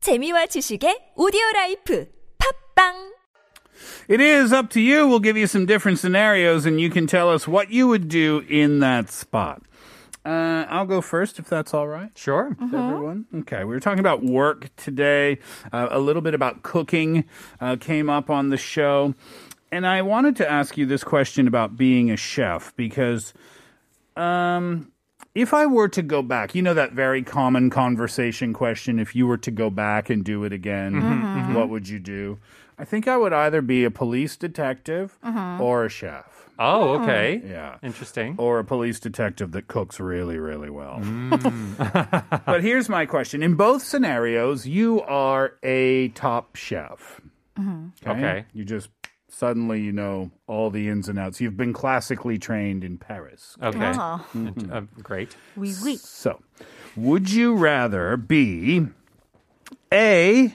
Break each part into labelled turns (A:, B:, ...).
A: 재미와 지식의 오디오 라이프 팝빵
B: It is up to you. We'll give you some different scenarios and you can tell us what you would do in that spot. Uh, I'll go first if that's all right.
C: Sure.
B: with Everyone. Okay. We were talking about work today. Uh, a little bit about cooking uh, came up on the show. And I wanted to ask you this question about being a chef because if I were to go back, you know that very common conversation question if you were to go back and do it again, what would you do? I think I would either be a police detective or a chef.
C: Oh, okay.
B: Yeah.
C: Interesting.
B: Or a police detective that cooks really, really well. but here's my question. In both scenarios, you are a top chef.
C: Okay.
B: You just suddenly you know all the ins and outs. You've been classically trained in Paris.
C: Okay. Int-
B: Mm-hmm.
C: uh, great.
D: Oui, oui.
B: So, would you rather be A,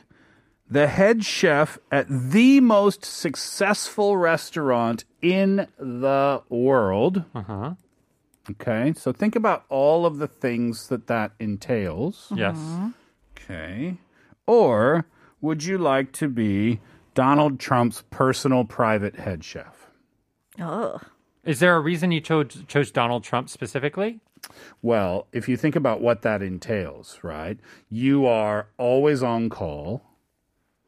B: the head chef at the most successful restaurant in the world? Uh huh. Okay, so think about all of the things that that entails.
C: Yes.
B: Okay. Or would you like to be Donald Trump's personal private head chef?
D: Oh.
C: Is there a reason you chose chose Donald Trump specifically?
B: Well, if you think about what that entails, right? You are always on call.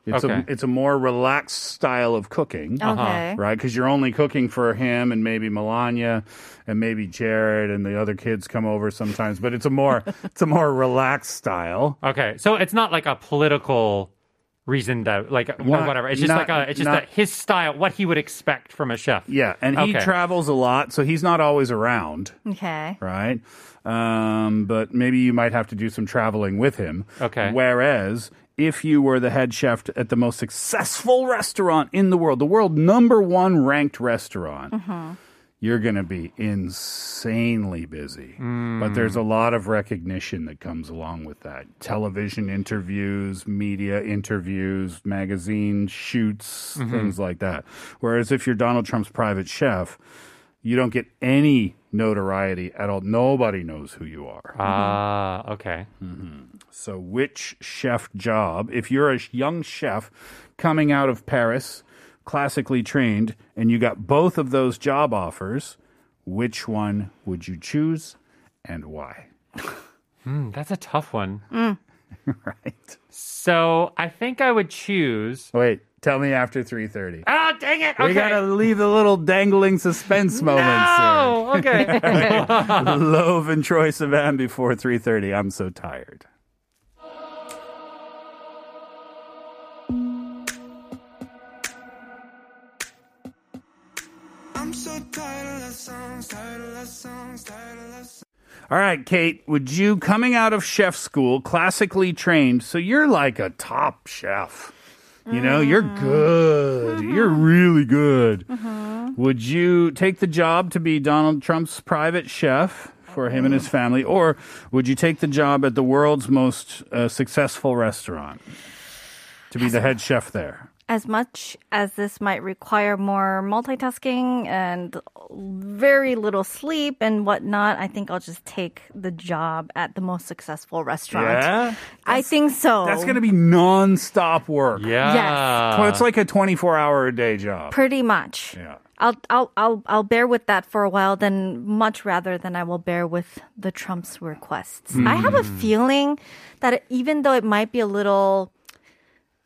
B: It's
C: Okay.
B: a it's a more relaxed style of cooking,
D: Okay.
B: right? Because you're only cooking for him and maybe Melania and maybe Jared and the other kids come over sometimes. But it's a more it's a more relaxed style.
C: Okay. So it's not like a political reason that like or
B: Not-
C: whatever. It's just
B: not-
C: like a it's just
B: not-
C: that his style, what he would expect from a chef.
B: Yeah, and he
C: Okay.
B: travels a lot, so he's not always around,
D: Okay.
B: right? Um, but maybe you might have to do some traveling with him.
C: Okay.
B: Whereas if you were the head chef at the most successful restaurant in the world, the world number one ranked restaurant, you're going to be insanely busy. But there's a lot of recognition that comes along with that television interviews, media interviews, magazine shoots, things like that. Whereas if you're Donald Trump's private chef, you don't get any notoriety at all. Nobody knows who you are.
C: Ah, okay.
B: Mm-hmm. So, which chef job, if you're a young chef coming out of Paris, classically trained, and you got both of those job offers, which one would you choose and why?
C: Mm, that's a tough one.
B: Right.
C: So I think I would choose.
B: Wait, tell me after 3.30.
C: Oh, dang it! Okay.
B: We gotta leave the little dangling suspense moments
C: oh, okay.
B: here. Love and Troy Sivan before 3.30. I'm so tired.
E: I'm so tired of love songs, tired of love songs, tired of love songs.
B: All right, Kate, would you, coming out of chef school, classically trained, so you're like a top chef. You know, you're
D: Mm-hmm.
B: good. You're really good.
D: Mm-hmm.
B: Would you take the job to be Donald Trump's private chef for him and his
D: Oh.
B: family, or would you take the job at the world's most uh, successful restaurant to be the head chef there?
D: As much as this might require more multitasking and very little sleep and whatnot, I think I'll just take the job at the most successful restaurant. I think so.
B: That's going to be nonstop work.
C: Yeah.
B: Well, it's like a 24 hour a day job.
D: pretty much.
B: Yeah.
D: I'll I'll I'll I'll bear with that for a while then much rather than I will bear with the Trump's requests. I have a feeling that it- even though it might be a little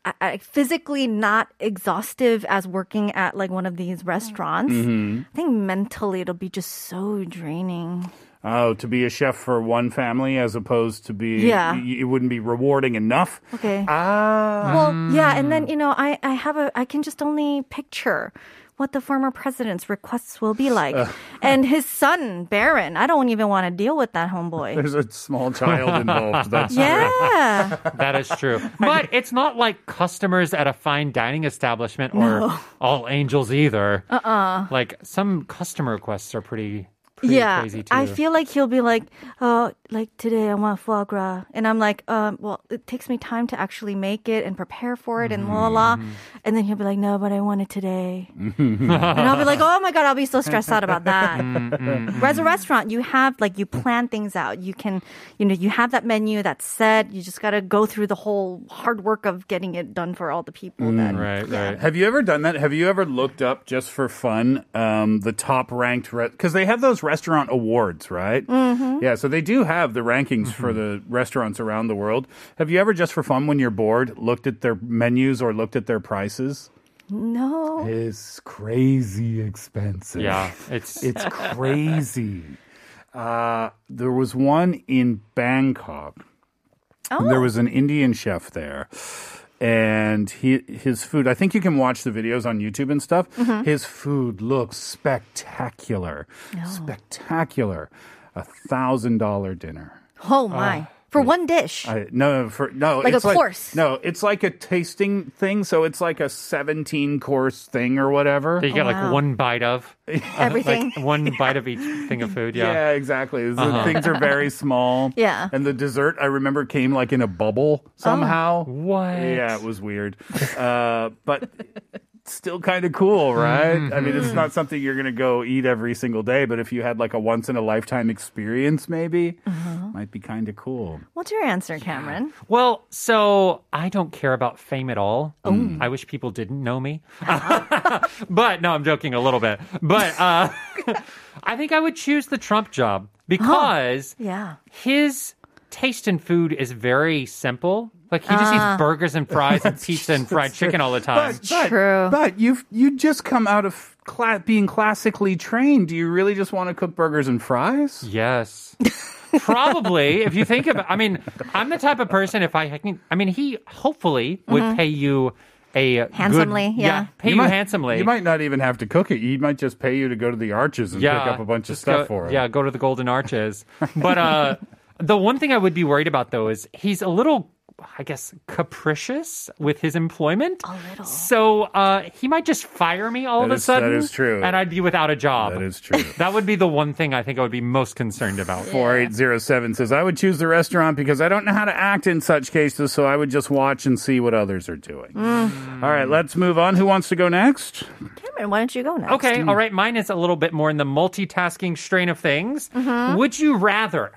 D: I- I- physically not exhaustive as working at like one of these restaurants, I think mentally it'll be just so draining.
B: Oh, to be a chef for one family as opposed to be
D: Yeah.
B: y- it wouldn't be rewarding enough.
D: Okay.
B: Ah,
D: Well, yeah, and then you know, I I have a I can just only picture what the former president's requests will be like, and his son Barron. I don't even want to deal with that homeboy.
B: there's a small child involved. That's
D: Yeah,
C: That is true. But it's not like customers at a fine dining establishment or All Angels either. Uh uh Like some customer requests are pretty pretty
D: Uh-uh. yeah,
C: crazy too.
D: I feel like he'll be like, oh, like today I want foie gras, and I'm like, um, well, it takes me time to actually make it and prepare for it, and la la, la.
C: Mm-hmm.
D: and then he'll be like, no, but I want it today, and I'll be like, oh my god, I'll be so stressed out about that.
C: Mm-hmm.
D: Whereas a restaurant, you have like you plan things out, you can, you know, you have that menu that's set, you just gotta go through the whole hard work of getting it done for all the people. that
C: Mm, right, right.
B: Have you ever done that? Have you ever looked up just for fun um, the top ranked because they have those restaurant awards, right? Mm-hmm. Yeah, so they do have the rankings for the restaurants around the world. Have you ever just for fun, when you're bored, looked at their menus or looked at their prices?
D: no,
B: It's crazy expensive.
C: Yeah, it's
B: It's crazy. Uh, there was one in Bangkok.
D: Oh.
B: There was an Indian chef there. And he his food, I think you can watch the videos on YouTube and stuff.
D: Mm-hmm.
B: His food looks spectacular. Spectacular. A thousand dollar dinner.
D: oh my,
C: Ah,
D: for one dish.
B: I, no, for no,
D: Like a
B: it's
D: course.
B: No, it's like a tasting thing, so it's like a seventeen course thing or whatever.
C: that you get like
D: wow.
C: one bite of
D: Everything.
C: like one bite of each thing of food.
B: Yeah,
C: Yeah,
B: exactly. The things are very small.
D: Yeah.
B: And the dessert, I remember, came like in a bubble somehow.
D: Oh.
C: what?
B: Yeah, it was weird. uh, but still kind of cool, right? I mean, it's not something you're going to go eat every single day, but if you had like a once in a lifetime experience, maybe,
D: Uh-huh.
B: might be kind of cool.
D: What's your answer, Cameron?
C: Well, so I don't care about fame at all.
D: Oh.
C: I wish people didn't know me. but no, I'm joking a little bit. But uh, I think I would choose the Trump job because
D: Yeah.
C: his taste in food is very simple. Like he just eats burgers and fries and pizza and fried chicken all the time.
B: Ah. but,
D: True.
B: But you've you just come out of cla- being classically trained. Do you really just want to cook burgers and fries?
C: Yes. Probably, if you think about, I mean, I'm the type of person. If I can, I mean, he hopefully would pay you a good-
D: Handsomely, yeah.
C: pay you,
B: might- Mm-hmm.
C: handsomely.
B: You might not even have to cook it. He might just pay you to go to the arches and pick up a bunch of
C: just
B: stuff
C: go-
B: for him.
C: Yeah, go to the Golden Arches. but uh, the one thing I would be worried about though is he's a little, I guess, capricious with his employment. A little. So uh, he might just fire me all
B: That
C: of a
B: is- that
C: sudden.
B: is true.
C: And I'd be without a job.
B: That is true.
C: That would be the one thing I think I would be most concerned about.
B: 4807 says, I would choose the restaurant because I don't know how to act in such cases, so I would just watch and see what others are doing.
C: Mm.
B: All right, let's move on. Who wants to go next?
D: Cameron, why don't you go next?
C: Okay, all right. Mine is a little bit more in the multitasking strain of things. Would you rather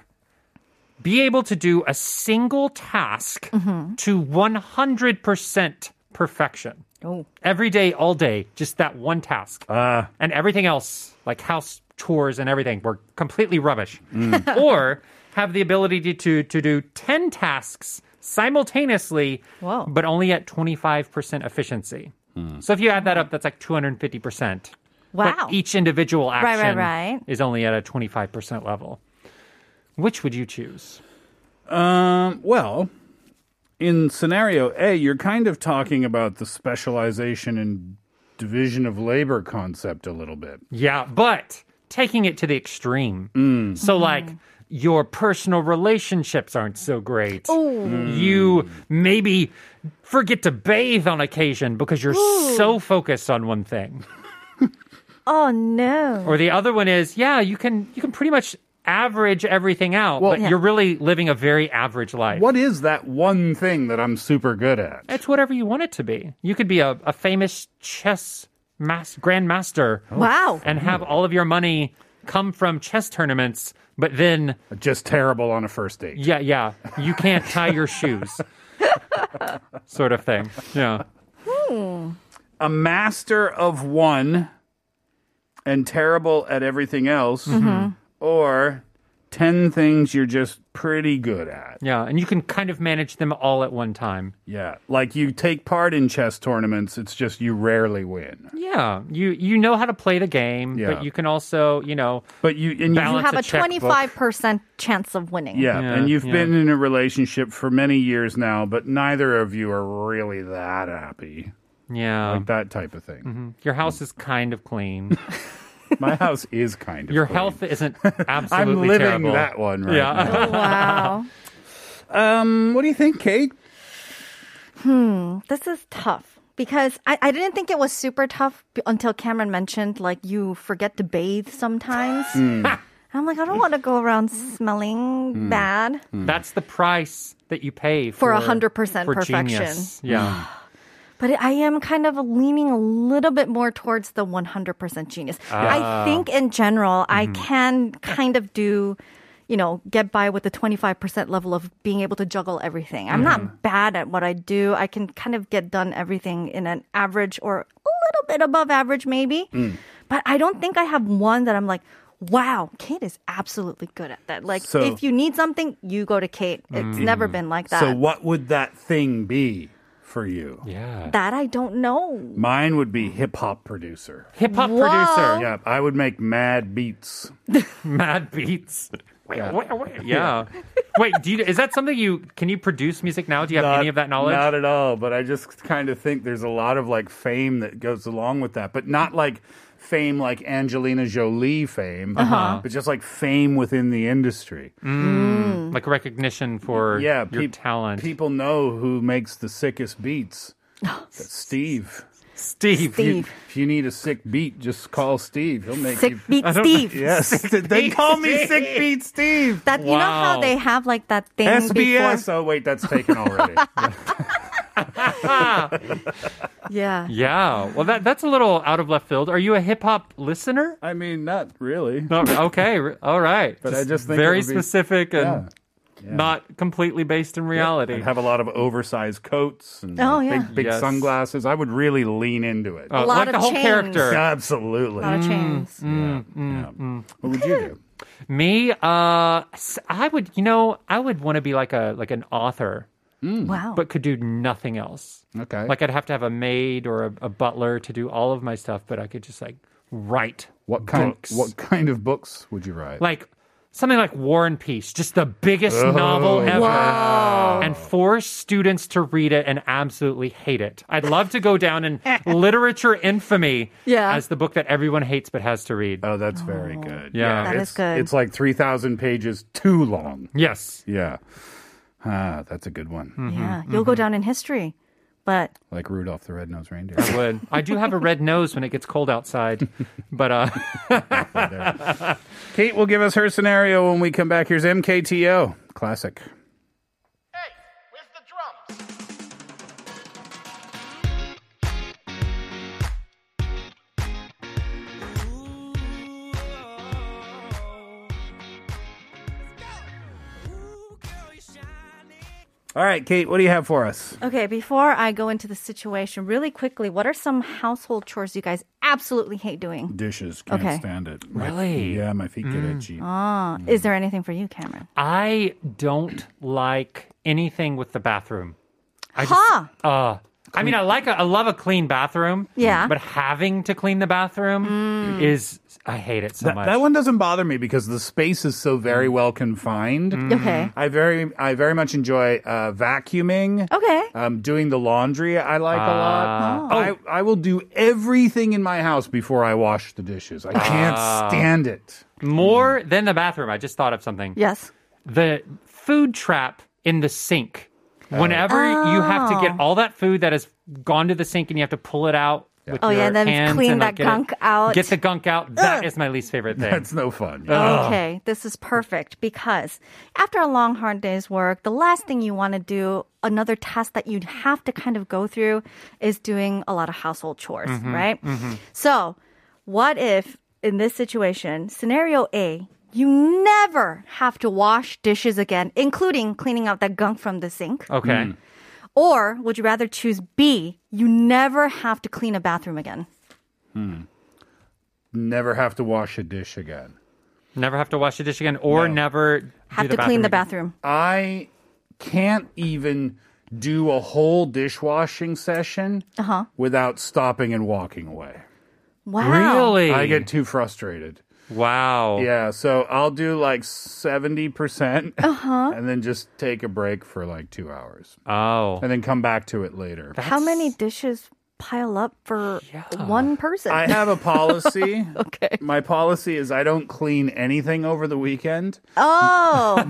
C: be able to do a single task to 100% perfection?
D: Oh.
C: Every day, all day, just that one task. and everything else, like house chores and everything, were completely rubbish. or have the ability to, to, to do 10 tasks simultaneously,
D: Whoa.
C: but only at 25% efficiency. So if you add that up, that's like 250%.
D: Wow.
C: But e- each individual
D: right,
C: action
D: right.
C: is only at a 25% level. Which would you choose?
B: Um, well, in scenario A, you're kind of talking about the specialization and division of labor concept a little bit.
C: Yeah, but taking it to the extreme. So, like, your personal relationships aren't so great. You maybe forget to bathe on occasion because you're so focused on one thing.
D: Oh no.
C: Or the other one is, yeah, you can you can pretty much average everything out, but
D: Yeah.
C: you're really living a very average life.
B: What is that one thing that I'm super good at?
C: It's whatever you want it to be. You could be a, a famous chess mas- grandmaster
D: Wow.
C: and have all of your money come from chess tournaments, but then
B: Just terrible on a first date.
C: Yeah, yeah. You can't tie your shoes. sort of thing. Yeah.
B: a master of one and terrible at everything else,
D: Mm-hmm.
B: or 10 things you're just pretty good at.
C: Yeah. And you can kind of manage them all at one time.
B: Yeah. Like you take part in chess tournaments, it's just you rarely win.
C: Yeah. You you know how to play the game,
B: Yeah.
C: but you can also, you know,
B: But you, and you,
D: You
C: Balance.
D: have a
C: It's a checkbook.
D: 25% chance of winning.
B: yeah,
C: Yeah,
B: and you've
C: yeah.
B: been in a relationship for many years now, but neither of you are really that happy.
C: yeah.
B: Like
C: Mm-hmm.
B: that type of thing.
C: Your house is kind of clean.
B: My house is kind of
C: Your
B: clean.
C: health isn't
B: I'm
C: absolutely
B: living
C: terrible.
B: that one right
C: yeah.
B: now.
D: Oh, wow.
B: Um, what do you think, Kate?
D: this is tough because I, I didn't think it
C: Hmm.
D: was super tough b- until Cameron mentioned like you forget to bathe sometimes. I'm like, I don't want to go around smelling bad.
C: That's the price that you pay
D: For
C: for
D: 100%
C: for
D: perfection.
C: genius. Yeah.
D: But I am kind of leaning a little bit more towards the 100% genius.
B: Ah.
D: I think in general, I
B: Mm-hmm.
D: can kind of do, you know, get by with the 25% level of being able to juggle everything. I'm
B: Mm-hmm.
D: not bad at what I do. I can kind of get done everything in an average or a little bit above average, maybe.
B: Mm.
D: But I don't think I have one that I'm like, Wow, Kate is absolutely good at that. Like,
B: So- Mm.
D: if you need something, you go to Kate. It's never been like that.
B: So what would that thing be for you?
C: Yeah.
D: that I don't know.
B: Mine would be hip hop producer.
C: Hip hop
D: Whoa.
C: producer.
B: Yeah, I would make mad beats.
C: Mad beats. Yeah. yeah. Wait, do you, is that something you can you produce music now? Do you have any of that knowledge?
B: Not at all, but I just kind of think there's a lot of like fame that goes along with that, but not like fame like Angelina Jolie fame,
D: Uh-huh.
B: but just like fame within the industry.
C: like recognition for
B: Yeah,
C: Mm. your
B: peop-
C: talent.
B: People know who makes the sickest beats. That's Steve.
C: Steve.
B: If you,
D: Steve.
B: if you need a sick beat, just call Steve. He'll make
D: Sick
B: you.
D: beat Steve.
B: Yes, they call me Sick Beat Steve.
D: That you know how
C: Wow.
D: they have like that thing
B: SBS. Oh wait, that's taken already.
C: Mm-hmm.
D: before. Yeah.
C: Yeah. Well, that that's a little out of left field. Are you a hip hop listener?
B: I mean, not really.
C: No, okay. r- All right.
B: But I just think it
C: very
B: would be-
C: specific and not completely based in reality.
B: I'd have a lot of oversized coats and
D: Oh,
B: big,
D: yeah.
B: big
C: Yes.
B: sunglasses. I would really lean into it.
C: Uh,
D: lot
C: like
D: of
C: the whole
D: chains.
C: character.
B: Absolutely.
D: Lot of
C: Mm-hmm.
D: chains.
B: Yeah, yeah. What would you do?
C: Me, uh, s- I would, you know, I would want to be like a like an author,
D: Wow.
C: but could do nothing else.
B: Okay.
C: Like I'd have to have a maid or a, a butler to do all of my stuff, but I could just like write
B: what kind?
C: books.
B: What kind of books would you write?
C: like something like War and Peace, just the biggest
B: Oh,
C: novel ever, and force students to read it and absolutely hate it. I'd love to go down in literature infamy
D: Yeah.
C: as the book that everyone hates but has to read.
B: oh, that's very good.
C: Yeah. That
B: it's,
D: is good.
B: It's like three thousand pages too long.
C: yes.
B: Yeah. Ah, that's a good one.
D: yeah.
C: mm-hmm.
D: You'll go down in history. But
B: Like Rudolph the Red-Nosed Reindeer.
C: I would. I do have a red nose when it gets cold outside, but uh,
B: Kate will give us her scenario when we come back. Here's MKTO classic.
F: Hey, where's the drums?
B: All right, Kate, what do you have for us?
D: okay, before I go into the situation, really quickly, what are some household chores you guys absolutely hate doing?
B: Dishes. Can't
D: Okay.
B: stand it. My-
C: Really?
B: yeah, my feet get itchy.
D: Uh,
C: Mm.
D: Is there anything for you, Cameron?
C: I don't like anything with the bathroom. I just,
D: Huh.
C: uh, I mean, I like, a, I love a clean bathroom.
D: Yeah. Mm.
C: But having to clean the bathroom is, I hate it so
B: That,
C: much.
B: that one doesn't bother me because the space is so very well confined.
C: Mm-hmm.
D: Okay.
B: I very, I very much enjoy uh, vacuuming.
D: Okay. Ah.
B: Um, doing the laundry, I like a lot. I, I will do everything in my house before I wash the dishes. I can't stand it.
C: More than the bathroom. I just thought of something.
D: Yes.
C: The food trap in the sink. Whenever you have to
D: Oh.
C: get all that food that has gone to the sink and you have to pull it out. With
D: Oh,
C: your
D: yeah, and then
C: hands
D: clean
C: and, like,
D: that
C: get it-
D: gunk out.
C: Get the gunk out. That is my least favorite thing.
B: That's no fun.
D: Okay, this is perfect because after a long, hard day's work, the last thing you want to do, another task that you'd have to kind of go through, is doing a lot of household chores, right? So, what if in this situation, scenario A, you never have to wash dishes again, including cleaning out that gunk from the sink?
C: okay.
B: Mm.
D: Or would you rather choose B, you never have to clean a bathroom again?
B: Never have to wash a dish again.
C: Never have to wash a dish again or never
D: Have
C: do
D: to clean the
C: again.
D: bathroom.
B: I can't even do a whole dishwashing session without stopping and walking away.
D: Wow.
C: Really?
B: I get too frustrated.
C: wow.
B: Yeah, so I'll do like 70% and then just take a break for like two hours
C: Oh.
B: and then come back to it later.
D: How many dishes pile up for one person.
B: I have a policy.
D: okay.
B: My policy is I don't clean anything over the weekend.
D: Oh.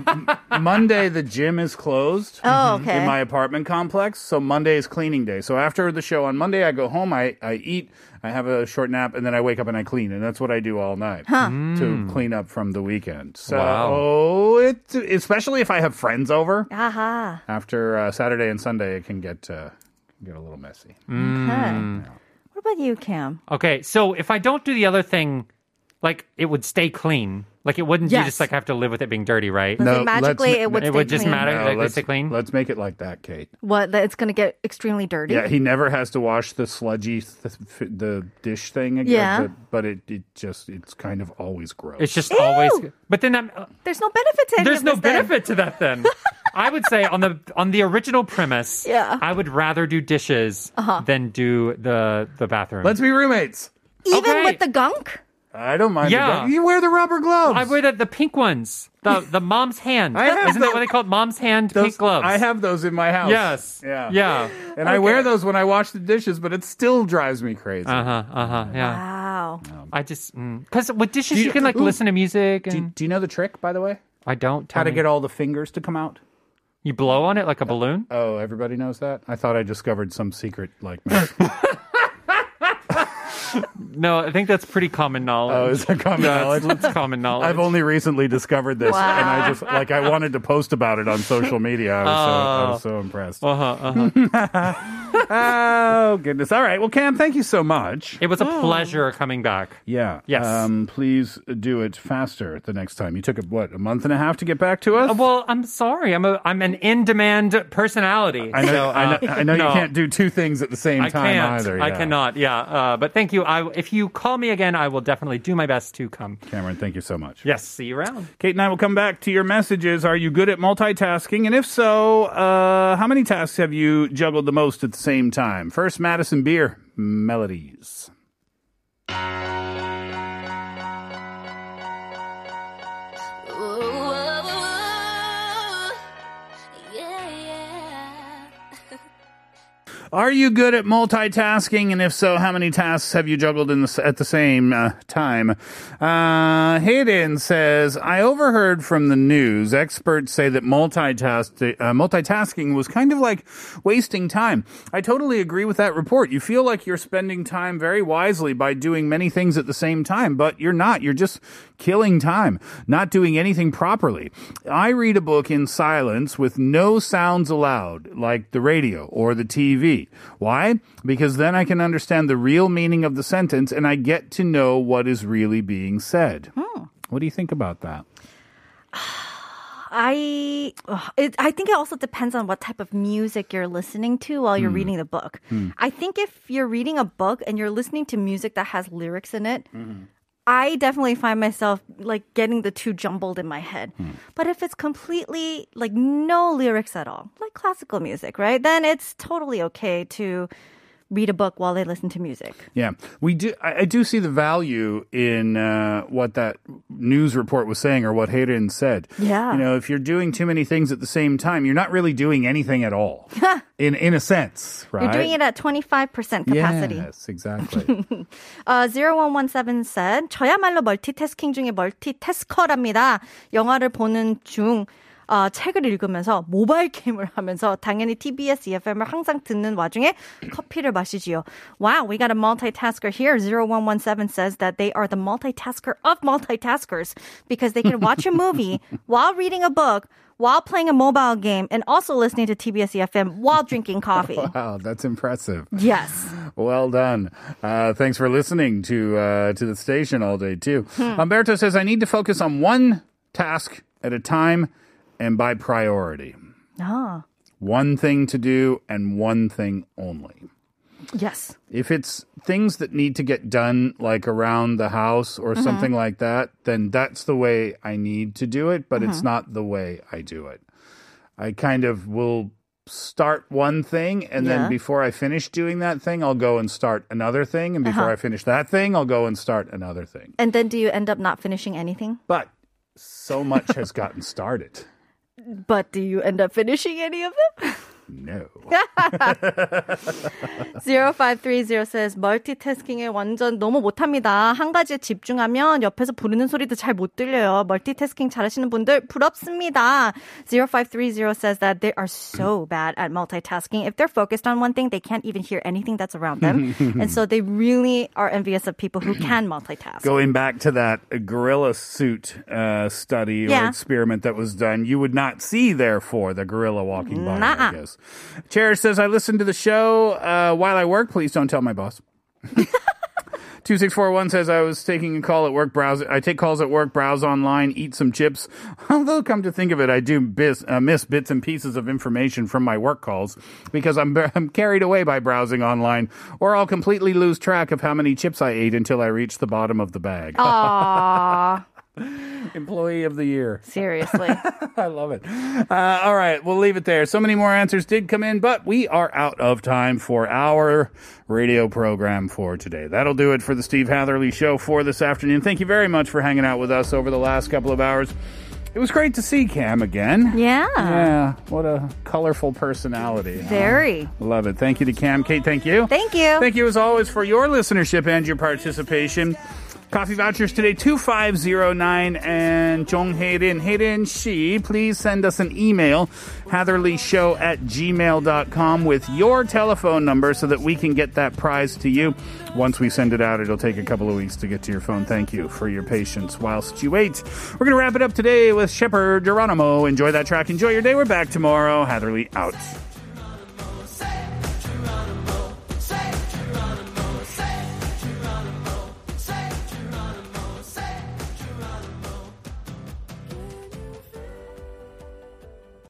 B: Monday the gym is closed.
D: Oh, okay.
B: in my apartment complex. So Monday is cleaning day. So after the show on Monday, I go home, I, I eat, I have a short nap, and then I wake up and I clean. And that's what I do all night to clean up from the weekend. So
C: Hmm. Wow.
B: it, especially if I have friends over
D: Aha.
B: after uh, Saturday and Sunday, it can get uh, get a little messy.
C: Hmm.
D: Okay. What about you, Cam?
C: Okay, so if I don't do the other thing, like it would stay clean. Like it wouldn't. You just
D: Yes.
C: like have to live with it being dirty, right?
B: No,
D: Like,
B: let's-
D: magically, it would.
C: it
D: stay
C: would just
D: clean.
C: matter
B: No,
C: that they
B: let's,
C: stay clean.
B: let's make it like that, Kate.
D: What? That it's going to get extremely dirty.
B: Yeah, he never has to wash the sludgy th- f- the dish thing again.
D: Yeah.
B: but- but it, it just it's kind of always gross.
C: It's just always. But then that,
D: There's no benefit to any
C: there's
D: of
C: no
D: this then.
C: benefit to that. Then I would say on the on the original premise,
D: Yeah. Uh-huh.
C: I would rather do dishes than do the the bathroom.
B: Let's be roommates.
D: Even
C: Okay.
D: with the gunk?
B: I don't mind. Yeah.
C: Yeah.
B: you wear the rubber gloves.
C: I wear the, the pink ones, the the mom's hand.
B: I have
C: Isn't that what they call it? mom's hand
B: those,
C: pink gloves?
B: I have those in my house.
C: Yes.
B: Yeah.
C: Yeah.
B: And I wear those when I wash the dishes, but it still drives me crazy.
C: Uh huh. Uh huh. Yeah.
D: Wow.
C: I just because with
B: Do
C: dishes
B: you-
C: you, can
B: Ooh.
C: like listen to music
B: Do,
C: and
B: do you know the trick, by the way?
C: I don't. Tell
B: How to
C: me.
B: get all the fingers to come out?
C: You blow on it like a balloon?
B: Oh, everybody knows that. I thought I discovered some secret like.
C: No, I think that's pretty common
B: oh,
C: knowledge.
B: is that common knowledge?
C: that's, that's common knowledge.
B: uh, I've only recently discovered this,
D: Wow.
B: and I just like I wanted to post about it on social media. I was, so, I was so impressed.
C: Uh-huh, uh-huh.
B: Oh goodness! All right. Well, Cam, thank you so much.
C: It was a pleasure coming back.
B: Yeah.
C: Yes.
B: Um, please do it faster the next time. You took a, what a month and a half to get back to us.
C: Uh, Well, I'm sorry. I'm a I'm an in-demand personality.
B: I know.
C: So,
B: I
C: uh,
B: know, I know
C: no,
B: you can't do two things at the same
C: I
B: time
C: can't.
B: either.
C: I
B: yeah.
C: cannot. Yeah. Uh, but thank you. I if you call me again, I will definitely do my best to come.
B: Cameron, thank you so much.
C: Yes. See you around.
B: Kate and I will come back to your messages. Are you good at multitasking? And if so, uh, how many tasks have you juggled the most at the same time? First, Madison Beer, Melodies. Are you good at multitasking? And if so, how many tasks have you juggled in the, s- at the same uh, time? Uh, Hayden says, I overheard from the news experts say that multitask, uh, multitasking was kind of like wasting time. I totally agree with that report. You feel like you're spending time very wisely by doing many things at the same time, but you're not. You're just killing time, not doing anything properly. I read a book in silence with no sounds allowed, like the radio or the TV. Why? Because then I can understand the real meaning of the sentence and I get to know what is really being said. What do you think about that?
D: I ugh, it, I think it also depends on what type of music you're listening to while you're reading the book. I think if you're reading a book and you're listening to music that has lyrics in it, I definitely find myself like getting the two jumbled in my head. But if it's completely like no lyrics at all, like classical music, right? Then it's totally okay to read a book while they listen to music.
B: Yeah, we do. I, I do see the value in uh, what that news report was saying or what Hayden said.
D: Yeah.
B: you know, if you're doing too many things at the same time, you're not really doing anything at all. in in a sense, right?
D: You're doing it at 25% capacity.
B: Yes, exactly.
D: 어, 0117 said, 저야말로 멀티태스킹 중에 멀티태스커랍니다. 영화를 보는 중, 어, 책을 읽으면서 모바일 게임을 하면서 당연히 TBS EFM을 E 항상 듣는 와중에 커피를 마시지요. Wow, we got a multitasker here. 0117 says that they are the multitasker of multitaskers because they can watch a movie while reading a book, while playing a mobile game, and also listening to TBS EFM E while drinking coffee.
B: wow, that's impressive.
D: Yes.
B: Well done. Uh, thanks for listening to uh, to the station all day too.
D: Hmm.
B: Umberto says I need to focus on one task at a time and by priority.
D: Ah,
B: One thing to do and one thing only.
D: yes.
B: If it's things that need to get done, like around the house or
D: Mm-hmm.
B: something like that, then that's the way I need to do it, but
D: Mm-hmm.
B: it's not the way I do it. I kind of will start one thing, and
D: Yeah.
B: then before I finish doing that thing, I'll go and start another thing. And before I
D: Uh-huh.
B: finish that thing, I'll go and start another thing.
D: And then do you end up not finishing anything?
B: But so much has gotten started.
D: But do you end up finishing any of them?
B: No.
D: 0530 says 멀티태스킹에 완전 너무 못합니다. 한 가지에 집중하면 옆에서 부르는 소리도 잘 못 들려요. 멀티태스킹 잘하시는 분들 부럽습니다. 0530 says that they are so bad at multitasking. If they're focused on one thing, they can't even hear anything that's around them. and so they really are envious of people who can multitask.
B: Going back to that gorilla suit uh, study or
D: Yeah.
B: experiment that was done, you would not see, therefore, the gorilla walking by, I
D: Nuh-uh.
B: guess. Chair says, I listened to the show uh, while I work. Please don't tell my boss. 2641 says, I was taking a call at work, browse. I take calls at work, browse online, eat some chips. Although, come to think of it, I do bis, uh, miss bits and pieces of information from my work calls because I'm, I'm carried away by browsing online, or I'll completely lose track of how many chips I ate until I reach the bottom of the bag.
D: Aww,
B: Employee of the year.
D: seriously.
B: I love it. Uh, all right, we'll leave it there. So many more answers did come in, but we are out of time for our radio program for today. That'll do it for the Steve Hatherley Show for this afternoon. Thank you very much for hanging out with us over the last couple of hours. It was great to see Cam again.
D: Yeah,
B: Yeah, what a colorful personality. huh?
D: very.
B: Love it. Thank you to Cam. Kate, thank you.
D: Thank you.
B: Thank you as always for your listenership and your participation. Coffee vouchers today, 2509 and Jong Hayden. Hayden Shi, please send us an email, hatherleyshow at gmail.com with your telephone number so that we can get that prize to you. Once we send it out, it'll take a couple of weeks to get to your phone. Thank you for your patience whilst you wait. We're going to wrap it up today with Shepherd Geronimo. Enjoy that track. Enjoy your day. We're back tomorrow. Hatherley out.